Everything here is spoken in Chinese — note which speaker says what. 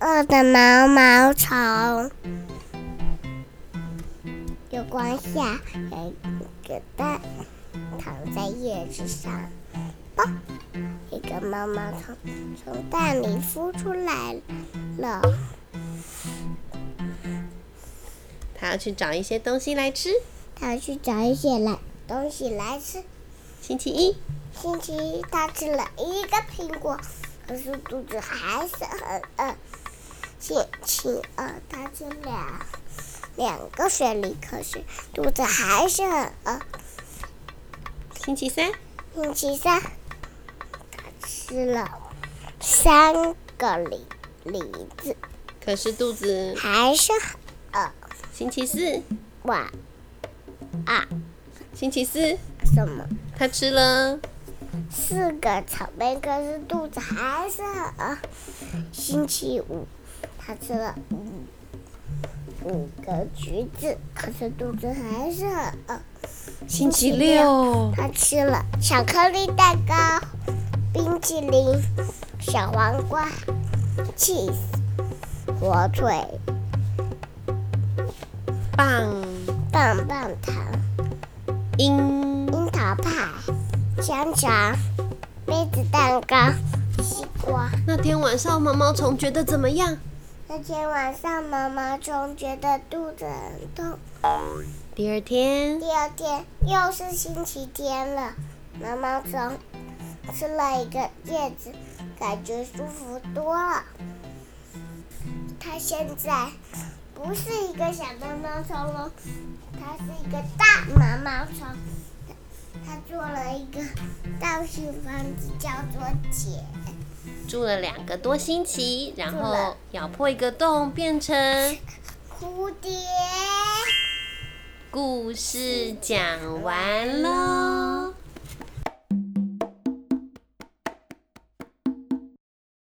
Speaker 1: 恶的毛毛虫。月光下有一个蛋躺在叶子上，啵，一个毛毛虫从蛋里孵出来了。
Speaker 2: 它要去找一些东西来吃。
Speaker 1: 它去找一些来东西来吃。
Speaker 2: 星期一，
Speaker 1: 星期一，它吃了一个苹果，可是肚子还是很呃饿。星期二，它吃两呃两个水梨，可是肚子还是很呃饿。
Speaker 2: 星期三，
Speaker 1: 星期三，呃它吃了三个梨梨子，
Speaker 2: 可是肚子。
Speaker 1: 还是很饿。
Speaker 2: 星期四，
Speaker 1: 哇啊，
Speaker 2: 星期四，
Speaker 1: 什么？
Speaker 2: 它吃了。
Speaker 1: 四个草莓，可是肚子还是很饿。星期五，他吃了五五个橘子，可是肚子还是很饿。
Speaker 2: 星期
Speaker 1: 期
Speaker 2: 六，
Speaker 1: 他吃了巧克力蛋糕、冰淇淋、小黄瓜、cheese、火腿、
Speaker 2: 棒，
Speaker 1: 棒棒糖、
Speaker 2: 樱，
Speaker 1: 樱桃派、香肠、杯子蛋糕、西瓜。
Speaker 2: 那天晚上毛毛虫觉得怎么样？
Speaker 1: 那天晚上，毛毛虫觉得肚子很痛。
Speaker 2: 第二天，
Speaker 1: 第二天又是星期天了，毛毛虫吃了一个叶子，感觉舒服多了。它现在不是一个小毛毛虫了，它是一个大毛毛虫。它它做了一个造型房子，叫做姐。
Speaker 2: 住了两个多星期，然
Speaker 1: 住
Speaker 2: 后
Speaker 1: 了
Speaker 2: 咬破一个洞，变成
Speaker 1: 蝴蝶。
Speaker 2: 故事讲完喽。